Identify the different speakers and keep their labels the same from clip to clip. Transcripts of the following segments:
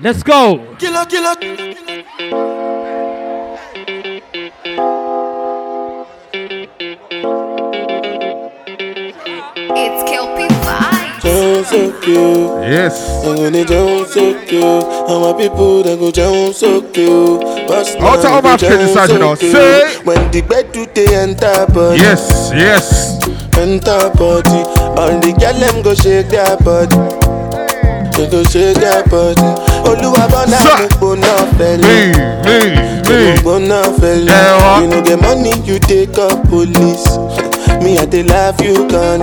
Speaker 1: Let's go.
Speaker 2: Killer, killer.
Speaker 3: It's Kelpie Vibes.
Speaker 4: Jones so cute.
Speaker 5: Yes.
Speaker 4: I'm gonna Jones so cute. And my people they go Jones so cute. Boss
Speaker 5: Out of
Speaker 4: man, go
Speaker 5: Africa,
Speaker 4: Jones
Speaker 5: this is, you know,
Speaker 4: cute.
Speaker 5: say-
Speaker 4: When the bed do they enter body,
Speaker 5: Yes. Yes.
Speaker 4: enter body, and the girl them go shake their body. They go shake their body. Oluwa bona
Speaker 5: Sir.
Speaker 4: mo bona
Speaker 5: Me.
Speaker 4: fele.
Speaker 5: Me.
Speaker 4: Mo
Speaker 5: Me.
Speaker 4: bona fele.
Speaker 5: Yeah, what?
Speaker 4: You know the money you take up police. Me I dey laugh you can.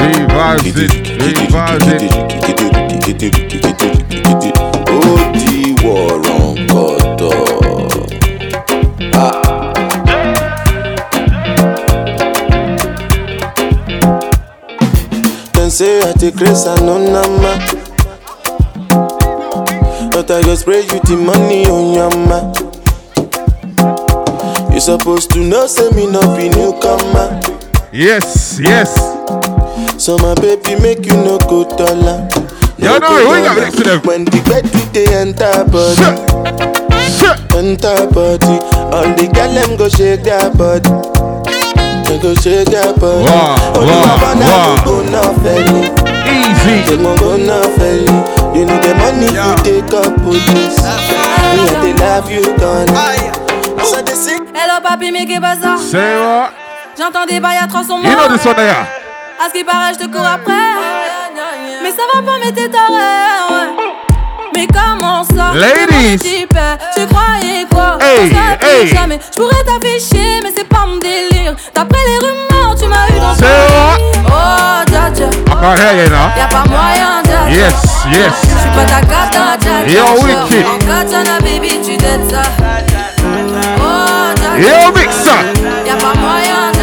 Speaker 5: Revives it. Revives it.
Speaker 4: ó di wọ̀rọ̀ kọ̀tọ̀. Dem say I dey craze and no nama. But I go spray you the money on yama. You suppose to know say me no be newcomer.
Speaker 5: Yes. Yes.
Speaker 4: So my baby make you no go dollar.
Speaker 5: Yeah, no,
Speaker 4: go
Speaker 5: we got
Speaker 4: dollar.
Speaker 5: next to them.
Speaker 4: When the bed do they enter body,
Speaker 5: Shit. Shit.
Speaker 4: enter body, all the girl them go shake their body. They go shake their body.
Speaker 5: Wow,
Speaker 4: Only
Speaker 5: wow,
Speaker 4: my man,
Speaker 5: wow.
Speaker 4: I go go no felly.
Speaker 5: Easy.
Speaker 4: They go go no felly. You know the money
Speaker 2: Yeah.
Speaker 4: you take up police. Me and they love you gone.
Speaker 2: Aïe.
Speaker 4: So they sick.
Speaker 6: Hello papi, mais qu'est-ce que ça
Speaker 5: Say what?
Speaker 6: J'entends des bails atroces en moi.
Speaker 5: You know this one there.
Speaker 6: À ce qui paraît, je te cours après. Mais ça va pas, mais t'es taré. ouais. Mais comment ça
Speaker 5: Ladies.
Speaker 6: Tu perds, tu croyais quoi
Speaker 5: Hey,
Speaker 6: On s'appuie
Speaker 5: hey.
Speaker 6: jamais. Je pourrais t'afficher, mais c'est pas mon délire. D'après les rumeurs, tu m'as eu dans
Speaker 5: C'est
Speaker 6: ton- Oh, dja dja.
Speaker 5: Can't hear you now.
Speaker 6: Y'a pas moyen, dja dja.
Speaker 5: Yes.
Speaker 6: Je
Speaker 5: Yes.
Speaker 6: suis pas ta cata, dja dja.
Speaker 5: Yo,
Speaker 6: dja.
Speaker 5: wicked.
Speaker 6: En katana, baby, tu dettes ça. Oh, dja dja.
Speaker 5: Yo, mixer.
Speaker 6: Y'a pas moyen de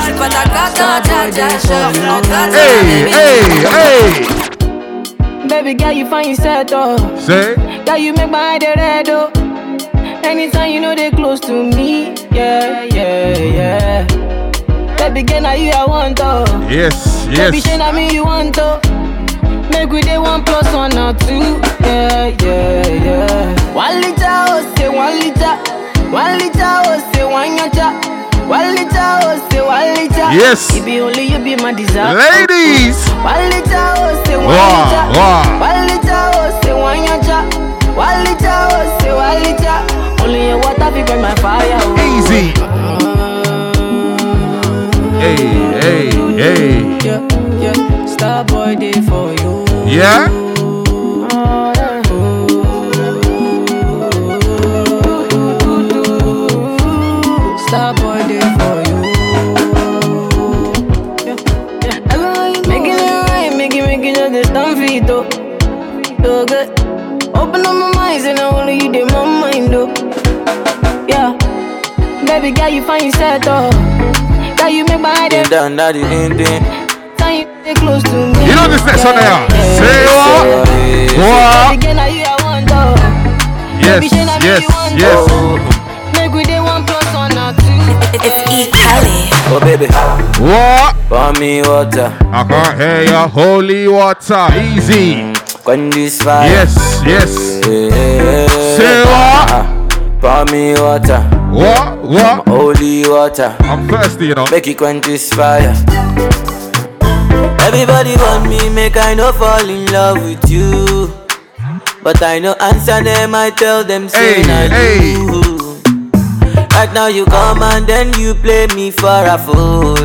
Speaker 6: J'suis pas ta cata, dja dja je En cas de
Speaker 5: Hey.
Speaker 6: baby.
Speaker 5: Hey. Hey.
Speaker 7: Baby girl, you find yourself, oh.
Speaker 5: Say.
Speaker 7: Girl, you make my eye dey red, oh. Anytime you know they close to me, yeah, yeah, yeah. Baby girl, now you I want, oh.
Speaker 5: Yes.
Speaker 7: Baby, say
Speaker 5: Yes.
Speaker 7: now me you want, oh. Make we dey one plus one or two, yeah, yeah, yeah. One liter, oh, say one liter. One liter, oh, say one yacha. One liter, oh, say one liter.
Speaker 5: Yes.
Speaker 7: You be only, you be my desire.
Speaker 5: Ladies.
Speaker 7: Walita ose walita
Speaker 5: Wow. Wow.
Speaker 7: Walita ose wanyacha Walita ose walita Only your water fi burn my fire oh.
Speaker 5: Easy. Hey. Hey. Hey.
Speaker 7: Yeah, yeah, star boy day for you
Speaker 5: Yeah.
Speaker 7: Star boy day for you Yeah, yeah. Make it alright, make it, make it just a stand for it oh So good Open up my mind, say now only you dey my mind oh Yeah Baby girl, you find yourself oh Girl, you make my heart
Speaker 2: Been
Speaker 7: every
Speaker 2: down at the ending.
Speaker 7: time you stay close to me
Speaker 5: You know this next one there. Say uh. what?
Speaker 7: Baby
Speaker 5: What?
Speaker 7: girl, uh. now you I want oh
Speaker 5: Yes. Yes. Yes.
Speaker 2: Oh,
Speaker 7: Make we dey one plus one or two.
Speaker 3: It's E. Kelly.
Speaker 2: oh baby,
Speaker 5: What?
Speaker 2: pour me water.
Speaker 5: I can't hear your holy water. Easy.
Speaker 2: When this fire.
Speaker 5: Yes, yes. Say what?
Speaker 2: Pour me water,
Speaker 5: What? What?
Speaker 2: holy water.
Speaker 5: I'm thirsty, you know.
Speaker 2: Make it quench this fire. Everybody want me, make I no fall in love with you. But I no answer them, I tell them
Speaker 5: Hey,
Speaker 2: say I
Speaker 5: hey.
Speaker 2: do. Right now you come and then you play me for a fool.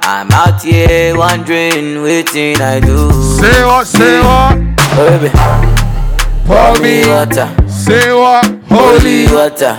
Speaker 2: I'm out here wondering, waiting I do.
Speaker 5: Say what? Say what?
Speaker 2: Oh, baby,
Speaker 5: Pour
Speaker 2: me
Speaker 5: me.
Speaker 2: water,
Speaker 5: Say what?
Speaker 2: holy
Speaker 5: Holy.
Speaker 2: water.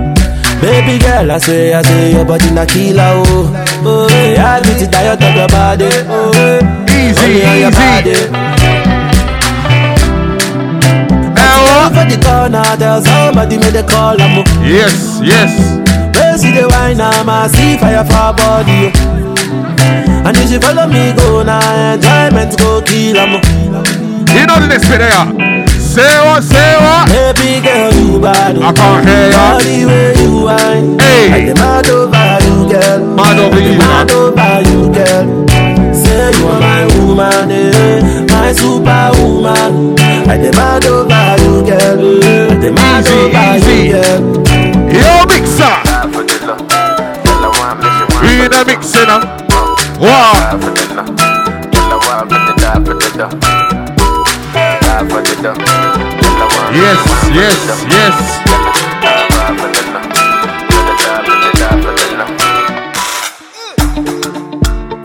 Speaker 1: Baby girl, I say, I say, your body na killer, oh. Oh, yeah, I get it, I talk about it, oh. yeah.
Speaker 5: Easy,
Speaker 1: Only on your body.
Speaker 5: easy. Ewa.
Speaker 1: For the corner, tell somebody make the call, I'm oh.
Speaker 5: Yes, yes.
Speaker 1: When she the wine, I'm a see fire for body. oh. And if she follow me, go now, enjoyment go kill 'em. oh.
Speaker 5: You know the next bit there. Say what, say what?
Speaker 1: Baby girl, you bad. oh.
Speaker 5: I can't hear ya.
Speaker 1: Body where you wine.
Speaker 5: Hey.
Speaker 1: I demand over you, girl.
Speaker 5: Mad over you, man.
Speaker 1: Demand over you, girl. Say you are my woman, eh? My superwoman. I demand over you, girl. eh, I demand
Speaker 5: Easy,
Speaker 1: over
Speaker 5: easy.
Speaker 1: you, girl.
Speaker 5: Yo, mixer. We in a mixer now. Wow. Yes, yes, yes.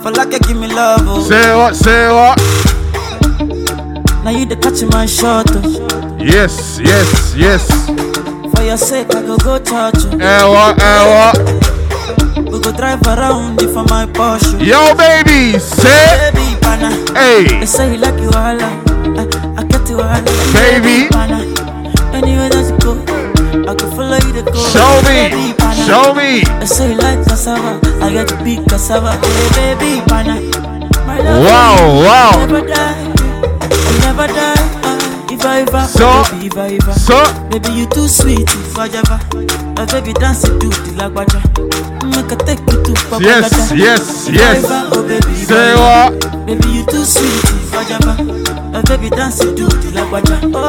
Speaker 8: For like you give me love, oh.
Speaker 5: Say what, say what?
Speaker 8: Now you the catch my shot, oh.
Speaker 5: Yes, yes, yes.
Speaker 8: For your sake, I go go church, oh.
Speaker 5: Ewa, ewa.
Speaker 8: We go drive around if for my Porsche. oh.
Speaker 5: Yo, baby, say,
Speaker 8: Baby, pana.
Speaker 5: hey.
Speaker 8: They say you like you all, I, I get you all.
Speaker 5: Baby.
Speaker 8: pana. Anywhere that you go, I go follow you to go.
Speaker 5: Show me,
Speaker 8: Baby, pana.
Speaker 5: show me.
Speaker 8: They say you like cassava, I got the big cassava. Hey, baby, pana. My love,
Speaker 5: Wow,
Speaker 8: you
Speaker 5: wow.
Speaker 8: never die, you never die. ah, If I ever,
Speaker 5: So-
Speaker 8: baby, if I ever.
Speaker 5: So,
Speaker 8: Baby, you too sweet, you fajava. My baby dance to the lagwaja. Make I take you to Papa
Speaker 5: yes,
Speaker 8: Gada.
Speaker 5: yes,
Speaker 8: Iba,
Speaker 5: yes.
Speaker 8: oh baby, Iba,
Speaker 5: Say
Speaker 8: Iba.
Speaker 5: what?
Speaker 8: Baby, you too sweet, you fajava. My baby dance to the lagwaja. Oh,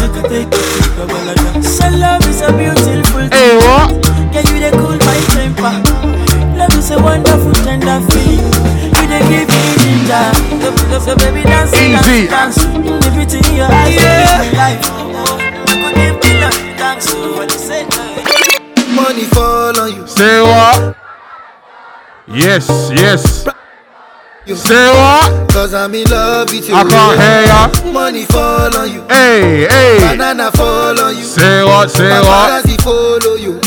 Speaker 8: make I take you to Papa Gada. So love is a beautiful thing.
Speaker 5: Hey, what?
Speaker 8: Girl, you dey cool my temper. Love is a wonderful, tender feeling. You dey give me ginger. So, so, so baby, dance,
Speaker 5: Easy.
Speaker 8: dance, dance. Everything in your eyes, yeah. life. Oh, oh. I could give you love, thanks for what you said.
Speaker 4: Money fall on you.
Speaker 5: Say what? Yes, yes. Say what?
Speaker 4: Cause I'm in love with you.
Speaker 5: I can't hear ya.
Speaker 4: Money fall on you.
Speaker 5: Hey, hey.
Speaker 4: Banana fall on you.
Speaker 5: Say Eh, what, say what?
Speaker 4: Paparazzi follow you.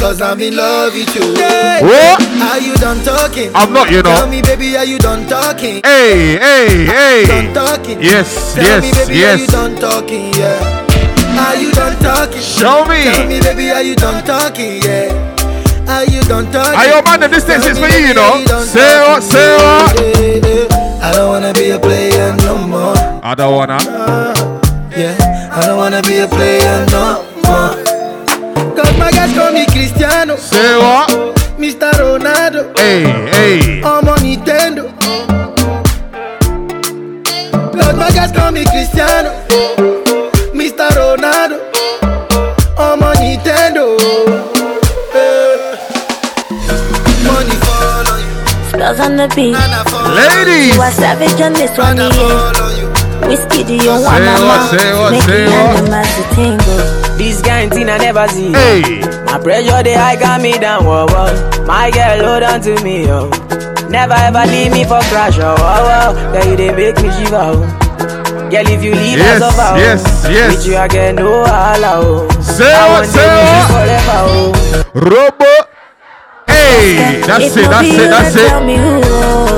Speaker 4: Cause I'm in love with you.
Speaker 5: What?
Speaker 4: Are you done talking?
Speaker 5: I'm not, you
Speaker 4: Tell
Speaker 5: know.
Speaker 4: me, baby, are you done talking?
Speaker 5: Hey, hey,
Speaker 4: Done
Speaker 5: hey.
Speaker 4: talking?
Speaker 5: Yes,
Speaker 4: Tell me,
Speaker 5: yes,
Speaker 4: baby, are you
Speaker 5: yes.
Speaker 4: done talking? Yeah. Are you done talking?
Speaker 5: Show me.
Speaker 4: Tell me, baby, are you done talking? Yeah. Are you done talking?
Speaker 5: Are your man the distance is for you, you know? Say what, say what?
Speaker 4: Yeah, yeah. I don't wanna be a player no more.
Speaker 5: I don't wanna.
Speaker 4: Yeah, I don't wanna be a player no more. Cause my guys call me Cristiano,
Speaker 5: Say what?
Speaker 4: Mr. Ronaldo,
Speaker 5: Hey, hey.
Speaker 4: I'm on Nintendo. Cause my guys call me Cristiano, Mr. Ronaldo, I'm on Nintendo. Eh. Money fall on you,
Speaker 9: Girls on the beat.
Speaker 4: Nana fall on
Speaker 5: Ladies.
Speaker 9: You are savage on this one,
Speaker 4: Nana
Speaker 9: yeah.
Speaker 4: fall on you.
Speaker 9: Whiskey, do you want
Speaker 5: what,
Speaker 9: mama?
Speaker 5: say what,
Speaker 9: Make
Speaker 5: say
Speaker 9: me
Speaker 5: what?
Speaker 9: and the master tingle.
Speaker 2: This guy thing I never see.
Speaker 5: Hey.
Speaker 2: My pressure they high got me down, whoa, whoa. My girl hold on to me, oh. Never ever leave me for crash, oh, oh, oh. Girl, you they make me shiver, oh. Girl, if you leave
Speaker 5: Yes,
Speaker 2: us over,
Speaker 5: yes,
Speaker 2: oh.
Speaker 5: yes.
Speaker 2: With you again, no Allah, oh.
Speaker 5: Say
Speaker 2: I
Speaker 5: what,
Speaker 2: want to
Speaker 5: say
Speaker 2: be
Speaker 5: what?
Speaker 2: forever, oh.
Speaker 5: Robo. Hey, that's
Speaker 9: if
Speaker 5: it,
Speaker 9: no
Speaker 5: that's
Speaker 9: be you,
Speaker 5: it, that's
Speaker 9: then Tell
Speaker 5: it.
Speaker 9: me who.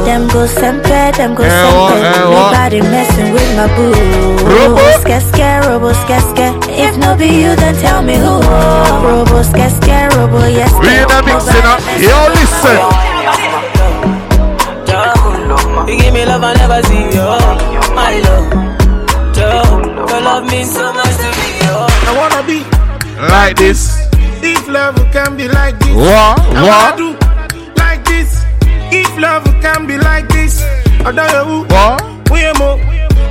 Speaker 9: Them go sempe, them go
Speaker 5: Eh, what,
Speaker 9: sempe.
Speaker 5: eh, what?
Speaker 9: Nobody messing with my boo.
Speaker 5: Robo?
Speaker 9: scare, scare, robo, scare, scare. If no be you, then tell me who. Robo, scare, scare, robo, yes.
Speaker 5: We in the
Speaker 9: scare.
Speaker 5: mixing up.
Speaker 9: Nobody
Speaker 5: Yo,
Speaker 9: messing with my
Speaker 5: listen.
Speaker 2: Jah, You give me love I never see, oh. My love. Joe, your love means so much to me, oh.
Speaker 4: I wanna be,
Speaker 5: Like this.
Speaker 4: if love can be like this.
Speaker 5: What,
Speaker 4: I wanna
Speaker 5: what,
Speaker 4: do like this. If love can be like this, I don't know who.
Speaker 5: what?
Speaker 4: We am more.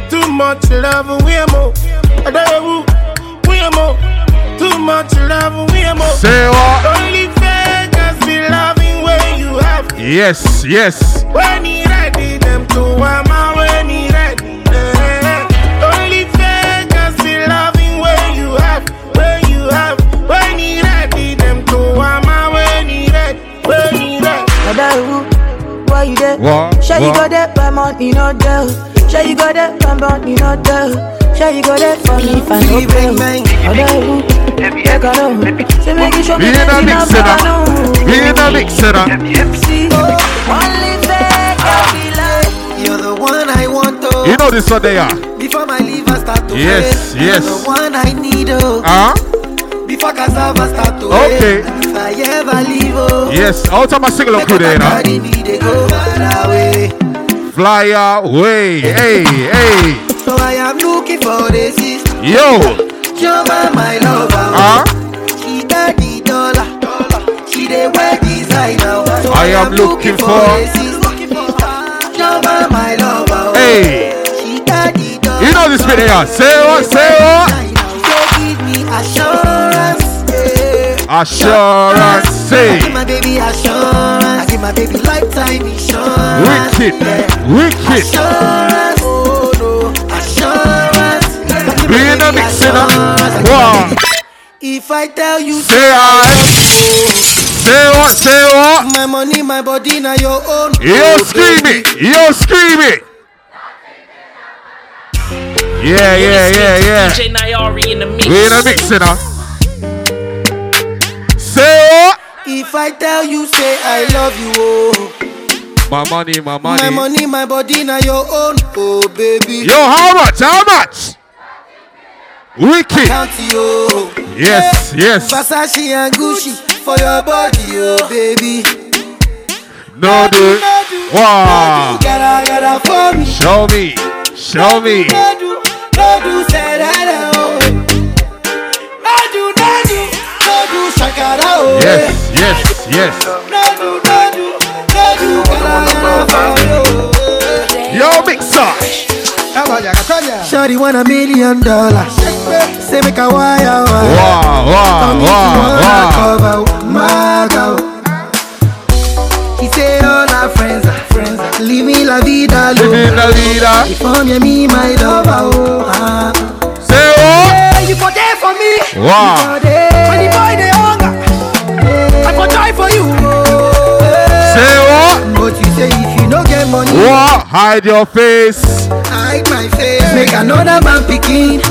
Speaker 4: Too much love, we am more. I don't know who. We am more. Too much love, we am more.
Speaker 5: Say what?
Speaker 4: Only fakers be loving when you have.
Speaker 5: Yes, yes.
Speaker 4: When he ready, them to ama when he ready. Eh. Only fakers be loving when you have. When you have. When he ready, them to ama when he ready. When he ready.
Speaker 7: Why you there?
Speaker 5: What,
Speaker 7: Shall you go
Speaker 5: what?
Speaker 7: there by money, no doubt. Shall you go there by money, no doubt.
Speaker 6: sure you go there for me. If I know bang bang, Take a look. Say make it show
Speaker 5: We
Speaker 6: me
Speaker 5: in a
Speaker 6: plenty
Speaker 5: mix
Speaker 6: number,
Speaker 5: it
Speaker 6: I know.
Speaker 5: up. We in a mix it up.
Speaker 8: You're the one I want to.
Speaker 5: You know this what they are.
Speaker 8: Before my liver start to
Speaker 5: Yes,
Speaker 8: break,
Speaker 5: yes.
Speaker 8: You're the one I need. Oh.
Speaker 5: Huh?
Speaker 8: Before cassava start to
Speaker 5: Okay.
Speaker 8: break, and If I ever leave, oh.
Speaker 5: Yes, all time I single up today,
Speaker 8: Body
Speaker 5: now.
Speaker 8: me they go far away.
Speaker 5: Fly away, hey, hey,
Speaker 8: So I am looking for the sister.
Speaker 5: yo,
Speaker 8: Joma my lover.
Speaker 5: Huh?
Speaker 8: She got the dollar. She the wear designer. So
Speaker 5: I am looking for-
Speaker 8: the sister. Joma my lover.
Speaker 5: hey.
Speaker 8: She got the
Speaker 5: You know this what they are. Say what, say what?
Speaker 8: So give me assurance.
Speaker 5: Assurance,
Speaker 8: I
Speaker 5: say.
Speaker 8: give my baby assurance. I give my baby lifetime insurance.
Speaker 5: Wicked, wicked.
Speaker 8: Assurance. Oh no. Assurance. I give my
Speaker 5: We in a
Speaker 8: baby
Speaker 5: mix it up.
Speaker 8: assurance.
Speaker 5: Wow.
Speaker 8: If I tell you
Speaker 5: Say I. Say what, say what?
Speaker 8: My money, my body, now your own.
Speaker 5: Yo, scream it, yo, scream it. Yeah, yeah, yeah, yeah.
Speaker 10: DJ Nayari in the mix.
Speaker 5: We in a mix it up. Say what?
Speaker 8: If I tell you, say I love you, oh.
Speaker 5: My money, my
Speaker 8: My
Speaker 5: money.
Speaker 8: money, my body, now your own, oh baby.
Speaker 5: Yo, how much? How much? Wicked.
Speaker 8: Count you, oh.
Speaker 5: Yes, yes.
Speaker 8: Versace and Gucci for your body, oh baby.
Speaker 5: No do. Wow.
Speaker 8: Gotta, gotta for me.
Speaker 5: Show me. Show me.
Speaker 8: No do, no do, say that, oh. No do, no do, no do, shakara, oh.
Speaker 5: Yes, yes, yes.
Speaker 8: No do, no do, no do, gotta, gotta for me, oh.
Speaker 5: Yo, mixer.
Speaker 8: Shorty want a million dollars. Say make a wire, wire.
Speaker 5: Wow, wow, wow, wow.
Speaker 8: He say all our friends are friends. are Living la vida
Speaker 5: Living la
Speaker 8: loca.
Speaker 5: vida.
Speaker 8: If only me, my lover, oh, ah.
Speaker 5: Say what?
Speaker 8: Hey, you for there for me.
Speaker 5: Wow.
Speaker 8: You for there. When the boy they hunger, I for try for you. oh.
Speaker 5: Say what?
Speaker 8: But you say if you no get money,
Speaker 5: What? Hide your face.
Speaker 8: hide my face. Make another man picking.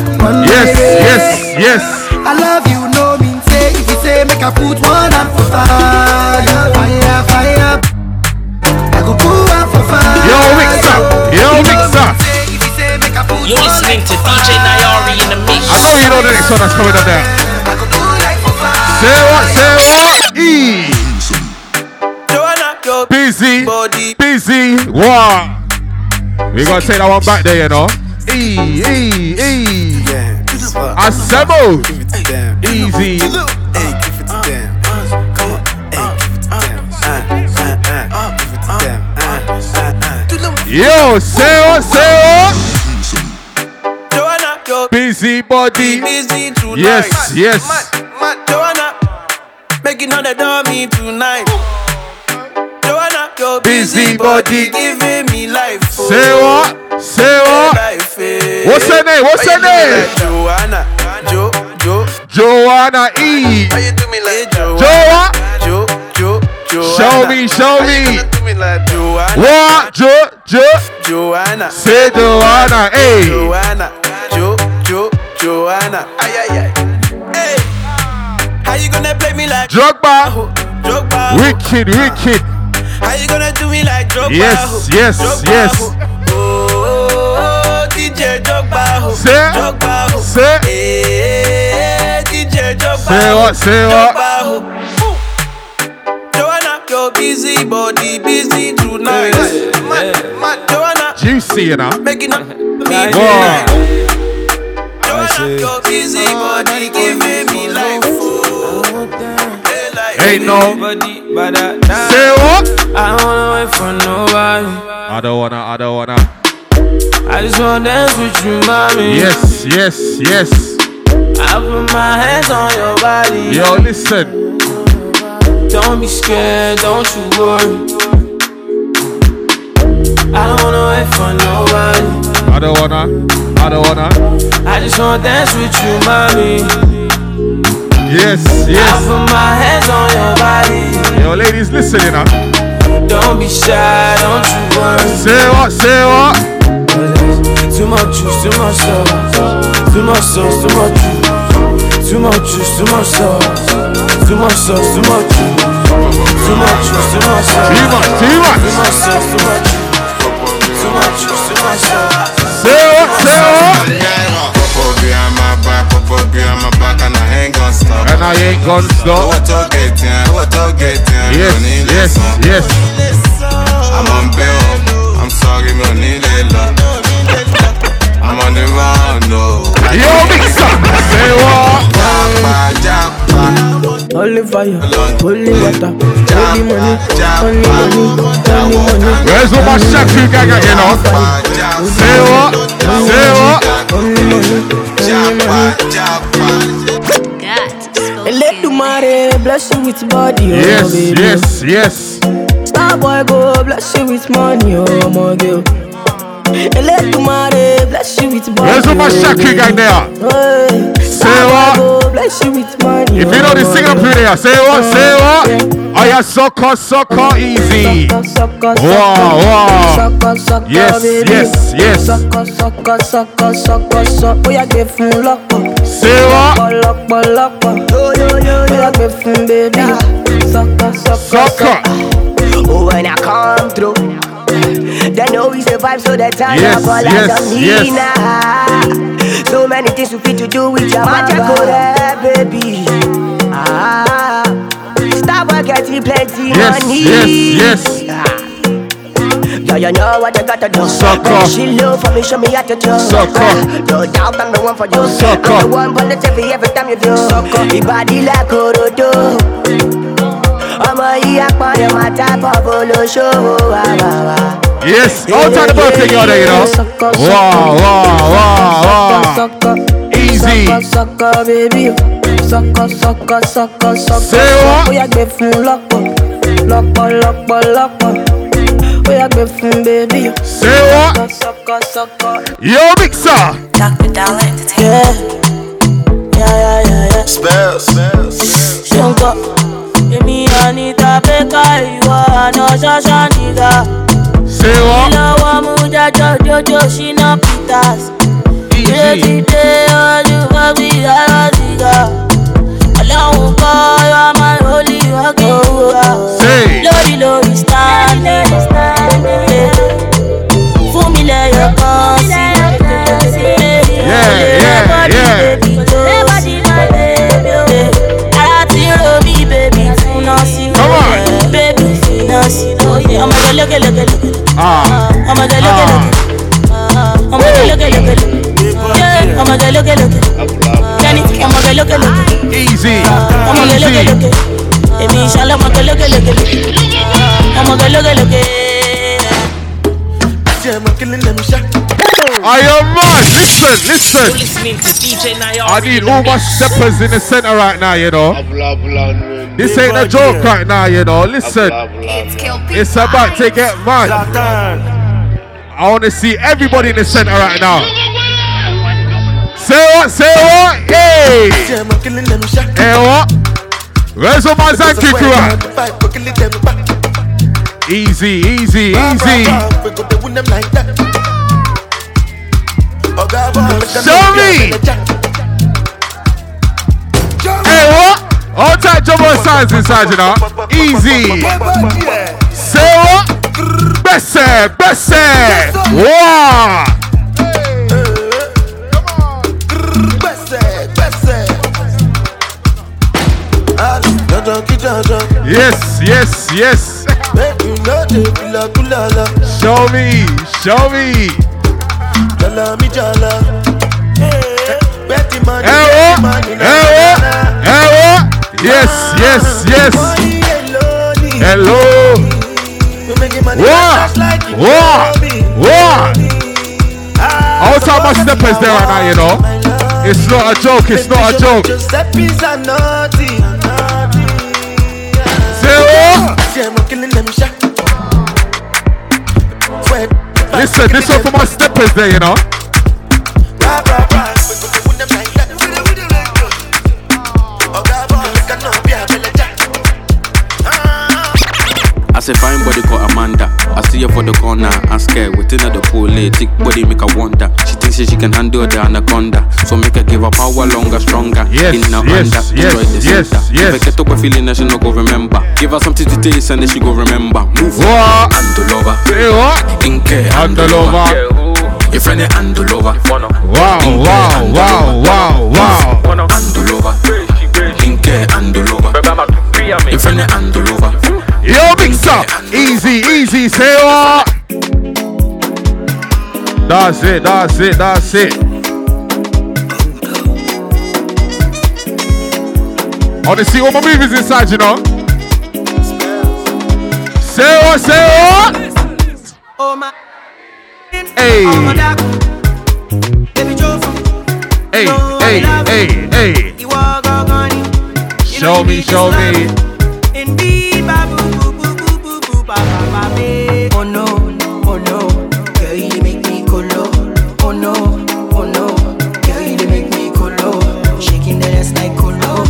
Speaker 5: Yes, yes, yes.
Speaker 8: I love you, no mean say. If you say make I put one up for fire, fire, fire. I go put one for fire.
Speaker 5: Yo, mixer. Yo, mixer.
Speaker 10: You're listening to DJ Nayari in the mix.
Speaker 5: I know you know the next one that's coming up there. Say what? Say what? E.
Speaker 4: Joanna, your
Speaker 5: Busy.
Speaker 4: body.
Speaker 5: Busy. Wow. We gotta take that one back there, you know. E, e, e. Assemble. Easy. Yo, say what, say what?
Speaker 4: Joanna, your
Speaker 5: Busy body.
Speaker 4: busy tonight.
Speaker 5: Yes, yes.
Speaker 4: Mad, mad, Joanna, making all the dummy tonight. Joanna, your
Speaker 5: Busy
Speaker 4: busy
Speaker 5: body.
Speaker 4: body giving me life. oh.
Speaker 5: Say what? Say what?
Speaker 4: Life, eh.
Speaker 5: Uh, What's her name? What's
Speaker 4: Why
Speaker 5: her
Speaker 4: you do me
Speaker 5: name?
Speaker 4: like Joanna, Jo, Jo.
Speaker 5: Joanna E.
Speaker 4: Why you do me like
Speaker 5: Joa.
Speaker 4: Jo, Jo, Joanna?
Speaker 5: Show me, show
Speaker 4: Why you
Speaker 5: me.
Speaker 4: gonna do me like Joanna,
Speaker 5: What? Jo, Jo.
Speaker 4: Joanna,
Speaker 5: Say Joanna. Hey.
Speaker 4: Joanna, Jo, Jo, Joanna. Ay, ay, ay. Hey, how you gonna play me like
Speaker 5: Drogba.
Speaker 4: Joe Drogba?
Speaker 5: Wicked, wicked.
Speaker 4: How you gonna do me like Drogba?
Speaker 5: Yes, yes,
Speaker 4: Drogba,
Speaker 5: yes.
Speaker 4: Oh, oh, oh, DJ Drogba, oh,
Speaker 5: Say,
Speaker 4: Drogba, oh.
Speaker 5: say,
Speaker 4: Eh, DJ Drogba,
Speaker 5: Say what,
Speaker 4: oh,
Speaker 5: say what?
Speaker 4: Drogba, oh. Joanna, your busy body, busy tonight. Mad, mad, Joanna,
Speaker 5: juicy, you know.
Speaker 4: making up me tonight.
Speaker 5: Wow.
Speaker 4: Joanna, your busy body, giving me life. Oh. Hey, like,
Speaker 5: Ain't no.
Speaker 2: Nobody but I
Speaker 5: Say what?
Speaker 2: I don't wanna wait for nobody.
Speaker 5: I don't wanna, I don't wanna.
Speaker 2: I just wanna dance with you, mommy.
Speaker 5: Yes, yes, yes.
Speaker 2: I put my hands on your body.
Speaker 5: Yo, listen.
Speaker 2: Don't be scared, don't you worry. I don't wanna wait for nobody.
Speaker 5: I don't wanna, I don't wanna.
Speaker 2: I just wanna dance with you, mommy.
Speaker 5: Yes,
Speaker 2: I
Speaker 5: yes.
Speaker 2: put my hands on your body.
Speaker 5: Yo, ladies, listen, you know.
Speaker 2: Don't be shy, don't you worry.
Speaker 5: Say what, say what?
Speaker 2: Too
Speaker 11: much juice, too much sauce, too much sauce, too much juice, too much juice, too much sauce, too much sauce, too much juice, too much juice, too much sauce,
Speaker 5: Too much, too much.
Speaker 11: too much sauce, too much juice, too much juice, too much sauce.
Speaker 5: And I ain't gonna stop. Yes, yes, yes.
Speaker 4: I'm on bail. I'm sorry, me don't need a lot. I'm on the round, no.
Speaker 5: Yo, mixer. Say what?
Speaker 2: Holy fire, holy water, holy money, holy money, holy money.
Speaker 5: Where's all my shaku gaga, you know? Say what? Say what?
Speaker 2: Let the mare bless you with body, oh
Speaker 5: Yes,
Speaker 2: baby.
Speaker 5: yes, yes.
Speaker 2: Star boy go bless you with money, oh my girl. Let the mare bless you with body. oh,
Speaker 5: Where's all my shaku gang there?
Speaker 2: gang?
Speaker 5: Say what?
Speaker 2: Bless you with money.
Speaker 5: If you know the sing up through there, say what? Say what? Oh yeah, sucker, sucker, easy.
Speaker 2: Sucker,
Speaker 5: Wow, wow.
Speaker 2: Sucker, sucker,
Speaker 5: Yes,
Speaker 2: baby.
Speaker 5: yes, yes.
Speaker 2: Sucker, sucker, sucker, sucker, sucker. Oya gbé fún lọ́pọ̀.
Speaker 5: Ṣé wá?
Speaker 2: Lọ́pọ̀, lọ́pọ̀. Oya gbé fún bébí. Sucker, sucker,
Speaker 5: sucker.
Speaker 8: Oh, when I come through, they know we survive, so they turn
Speaker 5: Yes,
Speaker 8: up all
Speaker 5: yes,
Speaker 8: eyes on me
Speaker 5: yes.
Speaker 8: now. So many things you fit to do with your magic there, baby. Ah, stop work, get you plenty
Speaker 5: Yes,
Speaker 8: money.
Speaker 5: yes, yes.
Speaker 8: Yeah, you know what you gotta do.
Speaker 5: Sucker.
Speaker 8: She love for me, show me how to do.
Speaker 5: Sucker.
Speaker 8: No doubt I'm the one for you.
Speaker 5: Sucker.
Speaker 8: I'm the one for the TV every time you do. Sucker. Your body like Orodo. ọmọ yìí apọ̀lẹ̀ máa tábọ̀ bó lóṣòwò wà wà wà.
Speaker 5: Yes, all time the birthday girl there, you know. Wow, wow, wow, wow. Easy.
Speaker 2: Sucker, baby. Sucker, sucker, sucker, sucker.
Speaker 5: Ṣé wá?
Speaker 2: Oya gbé fún lọ́pọ̀. Lọ́pọ̀, lọ́pọ̀, lọ́pọ̀. Oya gbé fún bébí.
Speaker 5: Ṣé wá? Yo, mixer.
Speaker 2: Yeah. Yeah, yeah, yeah, yeah.
Speaker 4: Spells.
Speaker 2: Ṣọ̀ǹkọ̀.
Speaker 6: Èmi àníta bẹ́ẹ̀ká ìwọ àná ṣọ́ṣọ́ nígbà.
Speaker 5: Ṣé wá?
Speaker 6: Ìlọ́wọ́ mú jájọ́ jójó ṣínà Peters. Ilé ti dé ojú kan bí yàrá sìgá. Ọlọ́run kọ́ yọ máa ń rólì ọkọ̀ owó wa. Lórí lórí stáńdé. Fún mi lẹ́yọ̀ kan sí.
Speaker 5: Yeah, yeah, yeah.
Speaker 6: oh.
Speaker 5: Ah, easy, easy.
Speaker 6: Èmi ìṣàlẹ̀ ọmọ gẹ́lẹ́gẹ́lẹ́gẹ́lẹ́. Ọmọ gẹ́lẹ́gẹ́lẹ́gẹ́.
Speaker 5: I am mad. Listen,
Speaker 12: You're
Speaker 5: listen.
Speaker 12: listening to DJ Nayari.
Speaker 5: I need all my steppers in the center right now, you know. This ain't a joke right now, you know. Listen, it's about to get mad. I want to see everybody in the center right now. Say what? Say what? Hey! Hey, what? Where's all my Zanki crew at? Easy, easy, easy. Show me! Hey, what? All type jumbo signs inside, you know. Easy. Say what? Bessie, Bessie. Wow. Yes, yes, yes. Show me, show me. Hey, what? Hey, what? Hey, what? Yes, yes, yes. Eh, Hello. What? What? What? Outside my steppers there right now, you know. It's not a joke. It's not a joke. Say what? Listen, this one for my steppers there, you know.
Speaker 13: As a fine body called Amanda, I see her for
Speaker 8: for the corner. I'm scared, waiting at the pool, eh, thick body make her wonder. She thinks she she can handle the anaconda, so make her give her power longer, stronger.
Speaker 5: Yes,
Speaker 8: In her
Speaker 5: yes,
Speaker 8: under,
Speaker 5: yes,
Speaker 8: destroy the
Speaker 5: yes,
Speaker 8: center.
Speaker 5: yes.
Speaker 8: If I get up a feeling that she no go remember, give her something to taste and then she go remember. Move
Speaker 5: What?
Speaker 8: handle over,
Speaker 5: Say what?
Speaker 8: inke handle over. Your friend eh, handle over.
Speaker 5: Wow, wow, wow, wow, wow.
Speaker 8: Handle over, inke handle over. Your friend eh, handle over.
Speaker 5: Yo, mix up. Easy, easy, say what? That's it, that's it, that's it. I want to see all my movies inside, you know. Say what, say what?
Speaker 2: Oh my.
Speaker 5: Hey.
Speaker 2: Oh, my dark. Baby Joe from
Speaker 5: Hey, hey, hey, hey.
Speaker 2: Iwa Gogoni.
Speaker 5: Show me, show me.
Speaker 2: In Biba boo boo boo boo boo boo ba ba ba be. Oh no, oh no. Girl, you dey make me colo. Oh no, oh no. Girl, you dey make me colo. Shaking that ass like colo.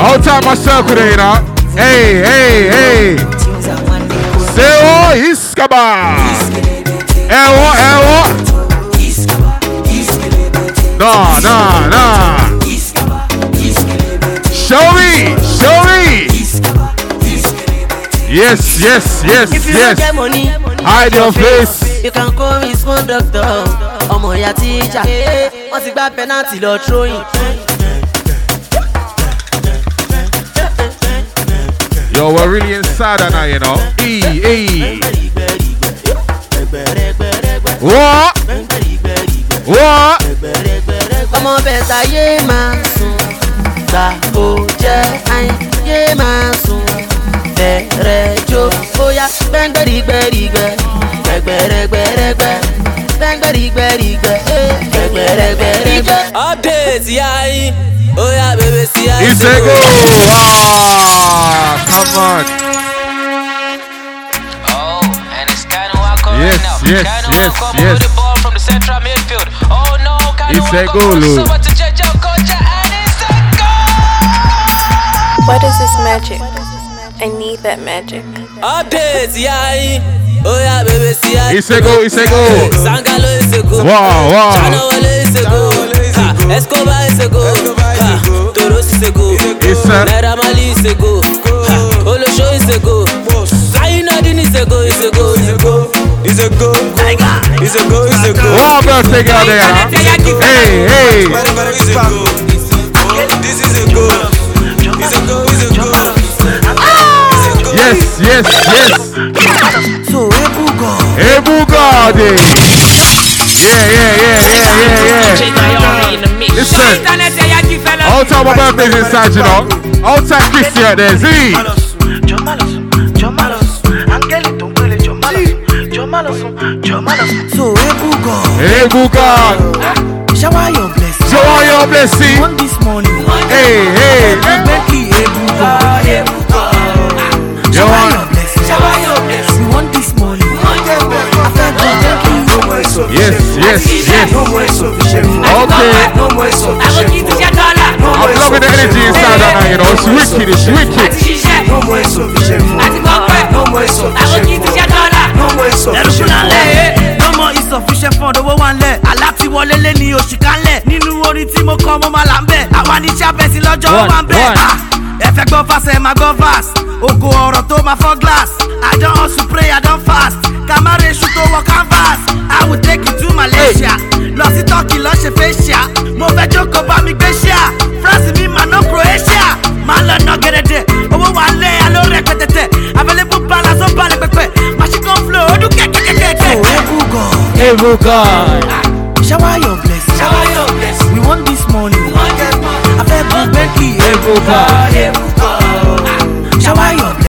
Speaker 5: All time I circle there, you know. Hey, hey, hey. Say what? Iskaba. Eh, what, eh, what? Nah, nah, nah. Show me, show me. Yes, yes, yes,
Speaker 7: If you don't
Speaker 5: yes.
Speaker 7: get money,
Speaker 5: Hide your face.
Speaker 7: You can call his conductor. Ọmọ ìyá tíjà.
Speaker 2: Oh,
Speaker 7: Wọ́n ti gba penalty lọ throwing.
Speaker 5: Yo, we're really inside that now, you know. E, E. What? What?
Speaker 7: Ọmọ bẹ̀tà yé máa sùn. Gbà ó jẹ́ àyìn yé máa sùn. Bẹ̀rẹ̀ jó bóyá gbẹ́ngbẹ́rìgbẹ́rìgbẹ́. Gbẹ̀gbẹ̀rẹ̀gbẹ̀rẹ̀gbẹ́. Gbẹ́ngbẹ́rìgbẹ́rìgbẹ́. Gbẹ̀gbẹ̀rẹ̀gbẹ̀rẹ̀gbẹ́. Update yá yín. Ó yá bèbè sí yá
Speaker 5: It's a go. Ah, come on. Yes, yes, yes, yes.
Speaker 2: Oh,
Speaker 5: It's a goal. oh.
Speaker 6: What is this magic? I need that magic.
Speaker 1: Update, yeah, eh. oh yeah, baby, see I.
Speaker 5: It's a go. It's a go.
Speaker 1: Sangalo is a go.
Speaker 5: Wow, wow.
Speaker 1: Chanawale is a go. Ha, Escobar is a go. Ha, Toros is a go.
Speaker 5: It's a-
Speaker 1: Naira Marley is a go. Ha, Olosho is a go. Ayinadin is a go. Is a go. Is a go. Is a go. Is a go. Is a go.
Speaker 5: Wow, birthday girl there. huh? Hey, hey. Yes, yes, yes.
Speaker 4: So, Ebu God.
Speaker 5: Ebu God. eh. Yeah, yeah, yeah, yeah, yeah, yeah. Listen. All time my birthday's inside, you know. All time Christy out there. Z.
Speaker 4: So, Ebu God.
Speaker 5: Ebu God.
Speaker 4: Shower your blessing.
Speaker 5: Shower your blessing.
Speaker 4: One this morning.
Speaker 5: Hey, hey.
Speaker 4: Becky, Ebu God. Ebu God.
Speaker 5: You
Speaker 4: Shower
Speaker 5: want-
Speaker 4: your blessing. Shower your blessing. One this morning. I thank God, thank you. No more is
Speaker 5: Yes, yes, yes.
Speaker 4: No more is
Speaker 5: Okay.
Speaker 4: No more is
Speaker 5: I'm loving the energy inside that now, you know. It's wicked, it's wicked.
Speaker 4: No more is No more is No more is
Speaker 2: No more is sufficient fund owó wa ń lẹ̀. Àlá ti wọlé lé ní oṣù kan lẹ̀. Nínú orin tí mo kọ́ mo máa là ń bẹ̀. Àwa ní Chapẹ́sì lọ́jọ́ ó
Speaker 14: One,
Speaker 2: wà ń bẹ̀.
Speaker 14: one.
Speaker 2: Ah, Ẹ fẹ́ gbọ́ fásẹ̀ máa gbọ́ fast. Ògo ọ̀rọ̀ tó máa fọ́ glass. I don hustle pray I don fast. Kàmáre iṣu tó wọ canvas. I will take you to Malaysia. Lọ sí Turkey lọ ṣe facial. Mo fẹ́ jókòó bá mi gbé ṣíà. France mi máa ná Croatia. Máa lọ ná gẹ̀rẹ̀dẹ̀. Owó wa ń lẹ̀ aló rẹ̀ pẹ̀tẹ̀tẹ̀. Available balance ó balẹ̀ pẹ̀pẹ̀. Màṣíkàn flow ó dún kẹ́kẹ́kẹ́kẹ́.
Speaker 14: Ebu God.
Speaker 4: Shower your blessing. Shower your blessing. We want this morning. I beg you, Becky.
Speaker 14: Ebu God.